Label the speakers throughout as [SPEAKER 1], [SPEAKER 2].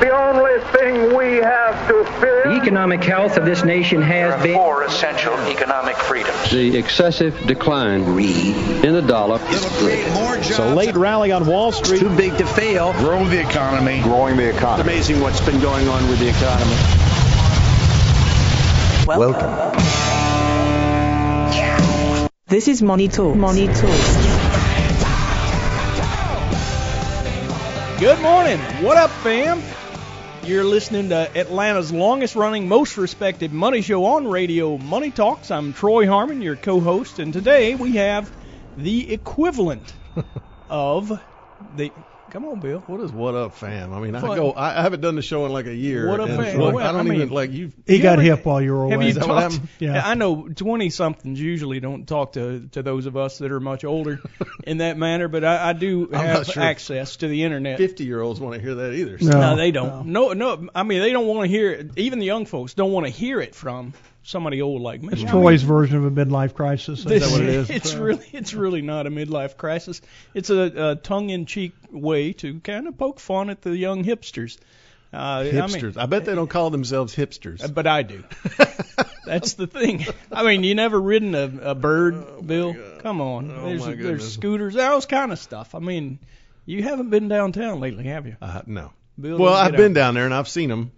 [SPEAKER 1] The only thing we have to fear.
[SPEAKER 2] The economic health of this nation has been.
[SPEAKER 3] Four essential economic freedoms.
[SPEAKER 4] The excessive decline in the dollar.
[SPEAKER 5] It's a late rally on Wall Street.
[SPEAKER 6] Too big to fail.
[SPEAKER 7] Grow the economy.
[SPEAKER 8] Growing the economy.
[SPEAKER 9] It's amazing what's been going on with the economy.
[SPEAKER 10] Welcome. Welcome.
[SPEAKER 11] This is Money Talks.
[SPEAKER 12] Money Talks.
[SPEAKER 5] Good morning. What up, fam? You're listening to Atlanta's longest running, most respected money show on radio, Money Talks. I'm Troy Harmon, your co host, and today we have the equivalent of the. Come on, Bill.
[SPEAKER 13] What is what up, fam? I mean, what? I go. I haven't done the show in like a year.
[SPEAKER 5] What up, fam?
[SPEAKER 13] Like, I don't I mean, even like you.
[SPEAKER 14] He got ever, hip while you were away.
[SPEAKER 5] Have you talked, yeah. I know twenty somethings usually don't talk to to those of us that are much older in that manner, but I, I do have sure access to the internet.
[SPEAKER 13] Fifty year olds want to hear that either.
[SPEAKER 5] So. No, no, they don't. No. no, no. I mean, they don't want to hear. It. Even the young folks don't want to hear it from somebody old like me.
[SPEAKER 14] It's I Troy's mean, version of a midlife crisis.
[SPEAKER 5] This, is that what it is? It's really, it's really not a midlife crisis. It's a, a tongue-in-cheek way to kind of poke fun at the young hipsters.
[SPEAKER 13] Uh, hipsters. I, mean, I bet they don't call themselves hipsters.
[SPEAKER 5] But I do. That's the thing. I mean, you never ridden a, a bird, oh, Bill? Come on.
[SPEAKER 13] Oh,
[SPEAKER 5] there's, there's scooters, all this kind of stuff. I mean, you haven't been downtown lately, have you?
[SPEAKER 13] Uh, no. Bill, well, I've been out. down there and I've seen them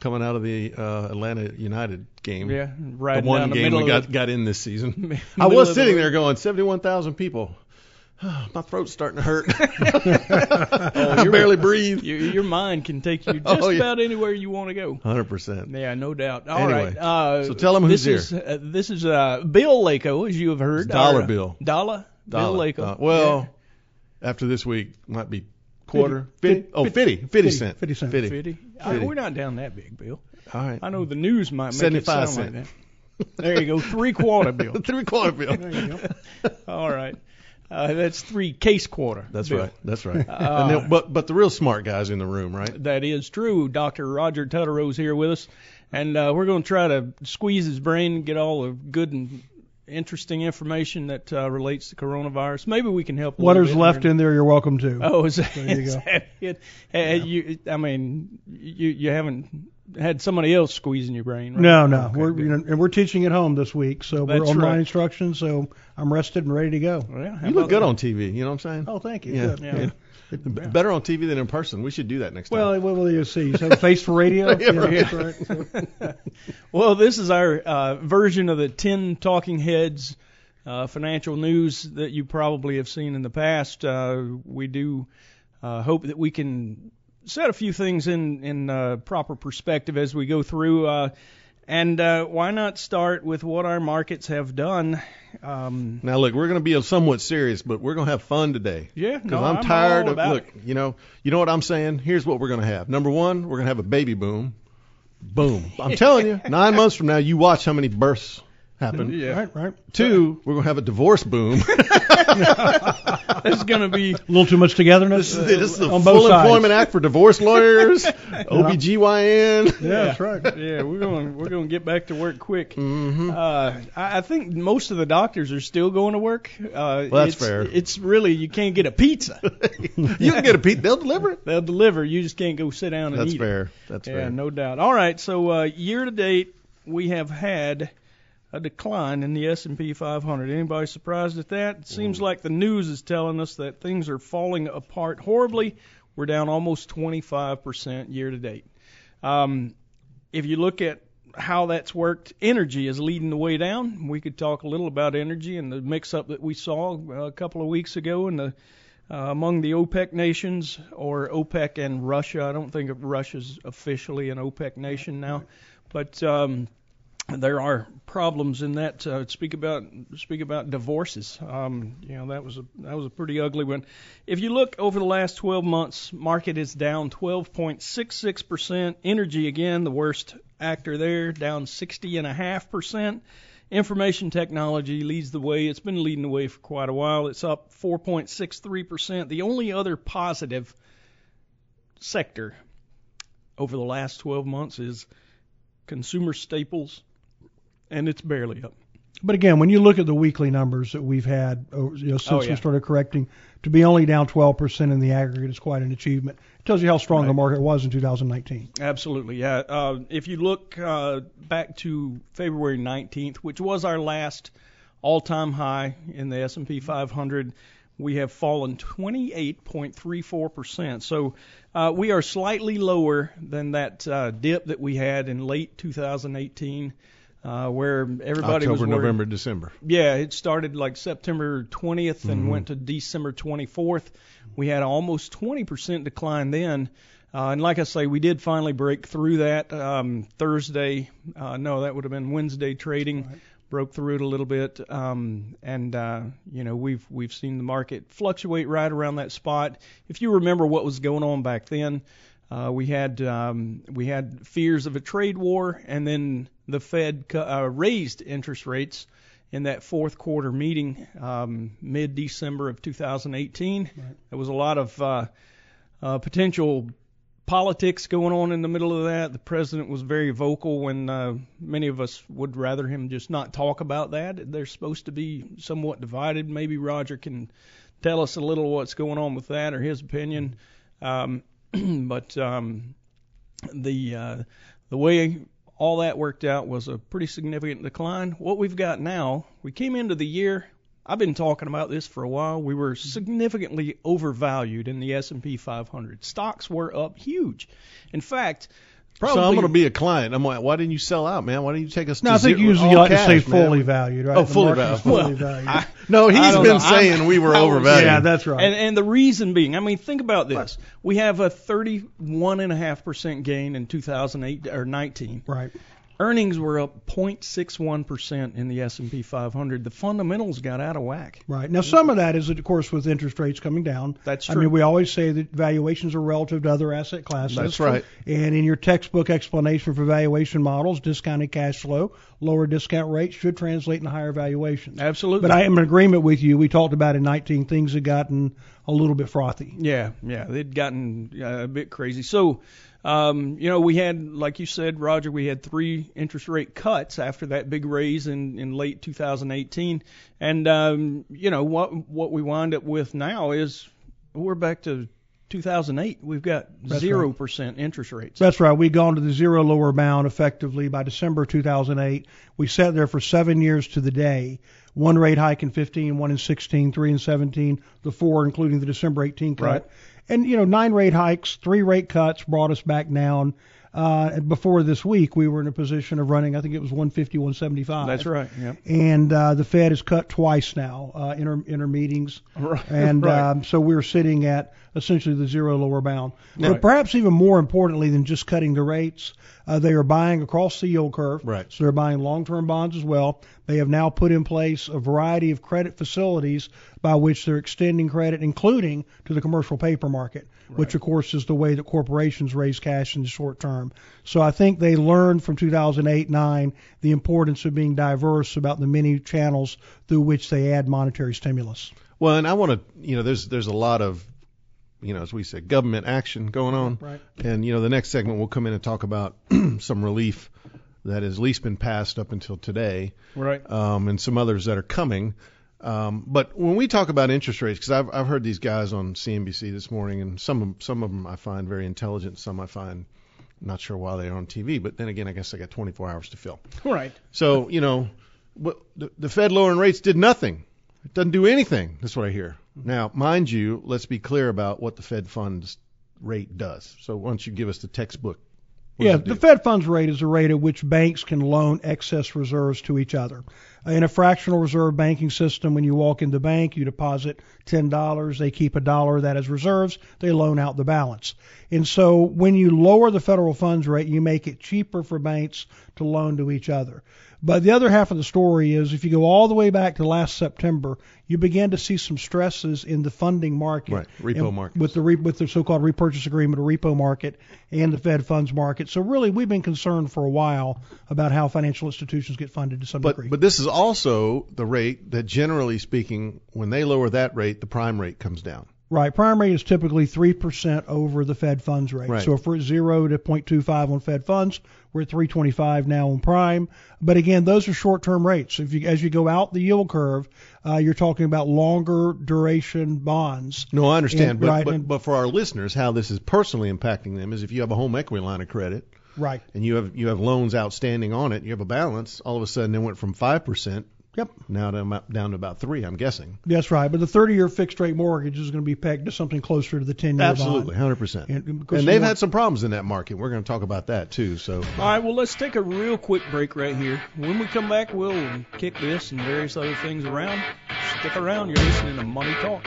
[SPEAKER 13] coming out of the uh, Atlanta United game.
[SPEAKER 5] Yeah, right.
[SPEAKER 13] The one
[SPEAKER 5] the
[SPEAKER 13] game we got,
[SPEAKER 5] the,
[SPEAKER 13] got in this season. I was sitting the there going, 71,000 people. My throat's starting to hurt. oh, I barely breathe.
[SPEAKER 5] You, your mind can take you just oh, yeah. about anywhere you want to go.
[SPEAKER 13] 100%.
[SPEAKER 5] Yeah, no doubt. All
[SPEAKER 13] anyway,
[SPEAKER 5] right. uh,
[SPEAKER 13] so tell them who's
[SPEAKER 5] this
[SPEAKER 13] here.
[SPEAKER 5] Is, uh, this is Bill Lako, as you have heard. Uh,
[SPEAKER 13] It's dollar our, Bill. Uh,
[SPEAKER 5] Dollar? Bill Lako.
[SPEAKER 13] well, yeah. after this week, might be quarter, 50, 50, oh, 50, 50, 50 cent.
[SPEAKER 14] 50 cent.
[SPEAKER 13] 50.
[SPEAKER 5] 50. I, Uh, we're not down that big, Bill.
[SPEAKER 13] All right. I
[SPEAKER 5] know the news might make 75 it sound cent. like that. There you go, three quarter bill.
[SPEAKER 13] three quarter bill.
[SPEAKER 5] there you go. All right. Uh, that's three case quarter.
[SPEAKER 13] That's
[SPEAKER 5] bill.
[SPEAKER 13] right. That's right. Uh, but but the real smart guys in the room, right?
[SPEAKER 5] That is true. Dr. Roger Tutterow's here with us, and uh, we're going to try to squeeze his brain, get all the good and interesting information that uh, relates to coronavirus. Maybe we can help.
[SPEAKER 14] What is left here. in there, you're welcome to.
[SPEAKER 5] Oh, is that, there you is go. that it? Yeah. You, I mean, you you haven't had somebody else squeezing your brain. Right?
[SPEAKER 14] No, no. Okay, we're you know, and we're teaching at home this week, so That's we're online right. instruction. So I'm rested and ready to go.
[SPEAKER 5] Well, yeah,
[SPEAKER 13] you look good
[SPEAKER 5] that?
[SPEAKER 13] on TV. You know what I'm saying?
[SPEAKER 14] Oh, thank you.
[SPEAKER 13] Yeah. yeah. yeah. Better on TV than in person. We should do that next time.
[SPEAKER 14] Well, what will you see? You have a face for radio.
[SPEAKER 13] yeah, right.
[SPEAKER 5] Right. well, this is our uh, version of the ten talking heads uh, financial news that you probably have seen in the past. Uh, we do uh, hope that we can set a few things in in proper perspective as we go through. uh, And uh, why not start with what our markets have done?
[SPEAKER 13] Um, now, look, we're going to be somewhat serious, but we're going to have fun today.
[SPEAKER 5] Yeah,
[SPEAKER 13] because
[SPEAKER 5] no,
[SPEAKER 13] I'm, I'm, tired
[SPEAKER 5] of
[SPEAKER 13] look.
[SPEAKER 5] It.
[SPEAKER 13] You know, you know what I'm saying. Here's what we're going to have. Number one, we're going to have a baby boom. Boom. I'm telling you, nine months from now, you watch how many births happen.
[SPEAKER 5] yeah. Right, right.
[SPEAKER 13] Two, we're going to have a divorce boom.
[SPEAKER 5] It's going to be a
[SPEAKER 14] little too much togetherness.
[SPEAKER 13] This
[SPEAKER 5] Uh,
[SPEAKER 13] is, this is the Full Employment Act for divorce lawyers, OBGYN.
[SPEAKER 14] Yeah, yeah, that's right.
[SPEAKER 5] Yeah, we're going we're going to get back to work quick.
[SPEAKER 13] Mm-hmm.
[SPEAKER 5] Uh, I, I think most of the doctors are still going to work.
[SPEAKER 13] Uh, well, that's
[SPEAKER 5] it's,
[SPEAKER 13] fair.
[SPEAKER 5] It's really you can't get a pizza.
[SPEAKER 13] you can get a pizza. They'll deliver it.
[SPEAKER 5] They'll deliver. You just can't go sit down and
[SPEAKER 13] that's
[SPEAKER 5] eat.
[SPEAKER 13] Fair.
[SPEAKER 5] It.
[SPEAKER 13] That's
[SPEAKER 5] yeah,
[SPEAKER 13] fair.
[SPEAKER 5] Yeah, no doubt. All right. So uh, year to date, we have had a decline in the S&P 500. Anybody surprised at that? It
[SPEAKER 13] Mm.
[SPEAKER 5] seems like the news is telling us that things are falling apart horribly. We're down almost 25% year to date. Um, if you look at how that's worked, energy is leading the way down. We could talk a little about energy and the mix-up that we saw uh, a couple of weeks ago in the uh, among the OPEC nations or OPEC and Russia. I don't think Russia's officially an OPEC nation now, but um, there are problems in that. Uh, speak about speak about divorces. Um, you know that was a that was a pretty ugly one. If you look over the last 12 months, market is down 12.66 percent. Energy again, the worst actor there, down 60.5 percent. Information technology leads the way. It's been leading the way for quite a while. It's up 4.63 percent. The only other positive sector over the last 12 months is consumer staples and it's barely up.
[SPEAKER 14] But again, when you look at the weekly numbers that we've had over, you know, since
[SPEAKER 5] yeah.
[SPEAKER 14] we started correcting, to be only down 12% in the aggregate is quite an achievement. It tells you how strong the market was in 2019.
[SPEAKER 5] Absolutely, yeah. Uh, if you look uh, back to February 19th, which was our last all-time high in the S&P 500, we have fallen 28.34 percent. So uh, we are slightly lower than that uh, dip that we had in late 2018, uh, where everybody was
[SPEAKER 13] October,
[SPEAKER 5] worried.
[SPEAKER 13] November, December.
[SPEAKER 5] Yeah, it started like September 20th and went to December 24th. We had almost 20% decline then. Uh, and like I say, we did finally break through that um, Thursday. Uh, no, that would have been Wednesday trading. Broke through it a little bit, um, and uh, you know we've we've seen the market fluctuate right around that spot. If you remember what was going on back then, uh, we had um, we had fears of a trade war, and then the Fed cu- uh, raised interest rates in that fourth quarter meeting, um, mid December of 2018. There was a lot of uh, uh, potential politics going on in the middle of that. The president was very vocal when uh, many of us would rather him just not talk about that. They're supposed to be somewhat divided. Maybe Roger can tell us a little what's going on with that or his opinion. Um, but um, the uh, the way all that worked out was a pretty significant decline. What we've got now, we came into the year. I've been talking about this for a while. We were significantly overvalued in the S&P 500. Stocks were up huge. In fact,
[SPEAKER 13] So I'm
[SPEAKER 5] probably
[SPEAKER 13] going to be a client. I'm like, why didn't you sell out, man? Why didn't you take us?
[SPEAKER 14] No,
[SPEAKER 13] to
[SPEAKER 14] I think
[SPEAKER 13] zero-
[SPEAKER 14] usually you
[SPEAKER 13] all
[SPEAKER 14] like
[SPEAKER 13] cash,
[SPEAKER 14] to say
[SPEAKER 13] man?
[SPEAKER 14] fully valued, right?
[SPEAKER 13] Oh,
[SPEAKER 14] The
[SPEAKER 13] fully
[SPEAKER 14] market's
[SPEAKER 13] valued.
[SPEAKER 14] fully valued.
[SPEAKER 13] No, he's
[SPEAKER 5] don't
[SPEAKER 13] been
[SPEAKER 5] know.
[SPEAKER 13] saying
[SPEAKER 5] I'm-
[SPEAKER 13] we were
[SPEAKER 5] I was-
[SPEAKER 13] overvalued.
[SPEAKER 14] Oh, yeah, that's right.
[SPEAKER 5] And, and the reason being, I mean, think about this. We have a 31.5% gain in 2008 or 19.
[SPEAKER 14] right.
[SPEAKER 5] Earnings were up 0.61% in the S&P 500. The fundamentals got out of whack.
[SPEAKER 14] Right. Now, some of that is, of course, with interest rates coming down.
[SPEAKER 5] That's
[SPEAKER 14] I
[SPEAKER 5] true.
[SPEAKER 14] mean, we always say that valuations are relative to other asset classes.
[SPEAKER 13] That's right.
[SPEAKER 14] And in your textbook explanation for valuation models, discounted cash flow, lower discount rates should translate into higher valuations.
[SPEAKER 5] Absolutely.
[SPEAKER 14] But I am in agreement with you. We talked about in 19 things have gotten a little bit frothy.
[SPEAKER 5] Yeah, yeah, they'd gotten uh, a bit crazy. So, um, you know, we had, like you said, Roger, we had three interest rate cuts after that big raise in, in late 2018, and um, you know what what we wind up with now is we're back to 2008. We've got zero percent interest rates.
[SPEAKER 14] That's right. We'd gone to the zero lower bound effectively by December 2008. We sat there for seven years to the day. One rate hike in 15, one in 16, three in 17, the four including the December 18 cut.
[SPEAKER 5] Right.
[SPEAKER 14] And, you know, nine rate hikes, three rate cuts brought us back down. Uh, and before this week, we were in a position of running, I think it was 150, 175.
[SPEAKER 5] That's right. Yep.
[SPEAKER 14] And uh, the Fed has cut twice now, uh, inter, inter meetings.
[SPEAKER 5] Right,
[SPEAKER 14] And
[SPEAKER 5] right.
[SPEAKER 14] Um, so we're sitting at essentially the zero lower bound. But perhaps even more importantly than just cutting the rates, uh, they are buying across the yield curve.
[SPEAKER 13] Right.
[SPEAKER 14] So they're buying long term bonds as well. They have now put in place a variety of credit facilities by which they're extending credit, including to the commercial paper market, which of course is the way that corporations raise cash in the short term. So I think they learned from 2008 9 the importance of being diverse about the many channels through which they add monetary stimulus.
[SPEAKER 13] Well, and I want to, you know, there's there's a lot of, you know, as we said, government action going on.
[SPEAKER 14] Right.
[SPEAKER 13] And you know, the next segment we'll come in and talk about some relief that has at least been passed up until today,
[SPEAKER 5] Right.
[SPEAKER 13] um, and some others that are coming. Um, but when we talk about interest rates, because I've I've heard these guys on CNBC this morning, and some of, some of them I find very intelligent, some I find not sure why they're on TV. But then again, I guess I got 24 hours to fill.
[SPEAKER 5] Right.
[SPEAKER 13] So you know, what, the, the Fed lowering rates did nothing. It doesn't do anything. That's what I hear. Now, mind you, let's be clear about what the Fed funds rate does. So why don't you give us the textbook? What does
[SPEAKER 14] Yeah,
[SPEAKER 13] it do?
[SPEAKER 14] the Fed funds rate is the rate at which banks can loan excess reserves to each other. Uh, In a fractional reserve banking system, when you walk in the bank, you deposit $10, they keep a dollar that is reserves, they loan out the balance. And so when you lower the federal funds rate, you make it cheaper for banks to loan to each other. But the other half of the story is if you go all the way back to last September, you began to see some stresses in the funding market.
[SPEAKER 13] Right, repo
[SPEAKER 14] And
[SPEAKER 13] markets.
[SPEAKER 14] With the, re- with the so-called repurchase agreement or repo market and the Fed funds market. So really, we've been concerned for a while about how financial institutions get funded to some
[SPEAKER 13] But
[SPEAKER 14] degree.
[SPEAKER 13] but this is also the rate that generally speaking, when they lower that rate, the prime rate comes down.
[SPEAKER 14] Right. Prime rate is typically 3% over the Fed funds rate.
[SPEAKER 13] Right.
[SPEAKER 14] So if we're at 0 to 0.25 on Fed funds, we're at 325 now on prime. But again, those are short term rates. If you, as you go out the yield curve, uh, you're talking about longer duration bonds.
[SPEAKER 13] No, I understand,
[SPEAKER 14] And-
[SPEAKER 13] but,
[SPEAKER 14] right,
[SPEAKER 13] but
[SPEAKER 14] and-
[SPEAKER 13] but for our listeners, how this is personally impacting them is if you have a home equity line of credit
[SPEAKER 14] Right.
[SPEAKER 13] and you have you have loans outstanding on it, you have a balance. All of a sudden, it went from five percent
[SPEAKER 14] Yep.
[SPEAKER 13] now to about- down to about three. I'm guessing.
[SPEAKER 14] That's right. But the 30 year fixed rate mortgage is going to be pegged to something closer to the 10 year bond.
[SPEAKER 13] Absolutely, hundred percent.
[SPEAKER 14] And- and
[SPEAKER 13] And
[SPEAKER 14] because you
[SPEAKER 13] they've
[SPEAKER 14] want-
[SPEAKER 13] had some problems in that market. We're going to talk about that too. So
[SPEAKER 5] All right, well, let's take a real quick break right here. When we come back, we'll kick this and various other things around. Stick around. You're listening to Money Talk.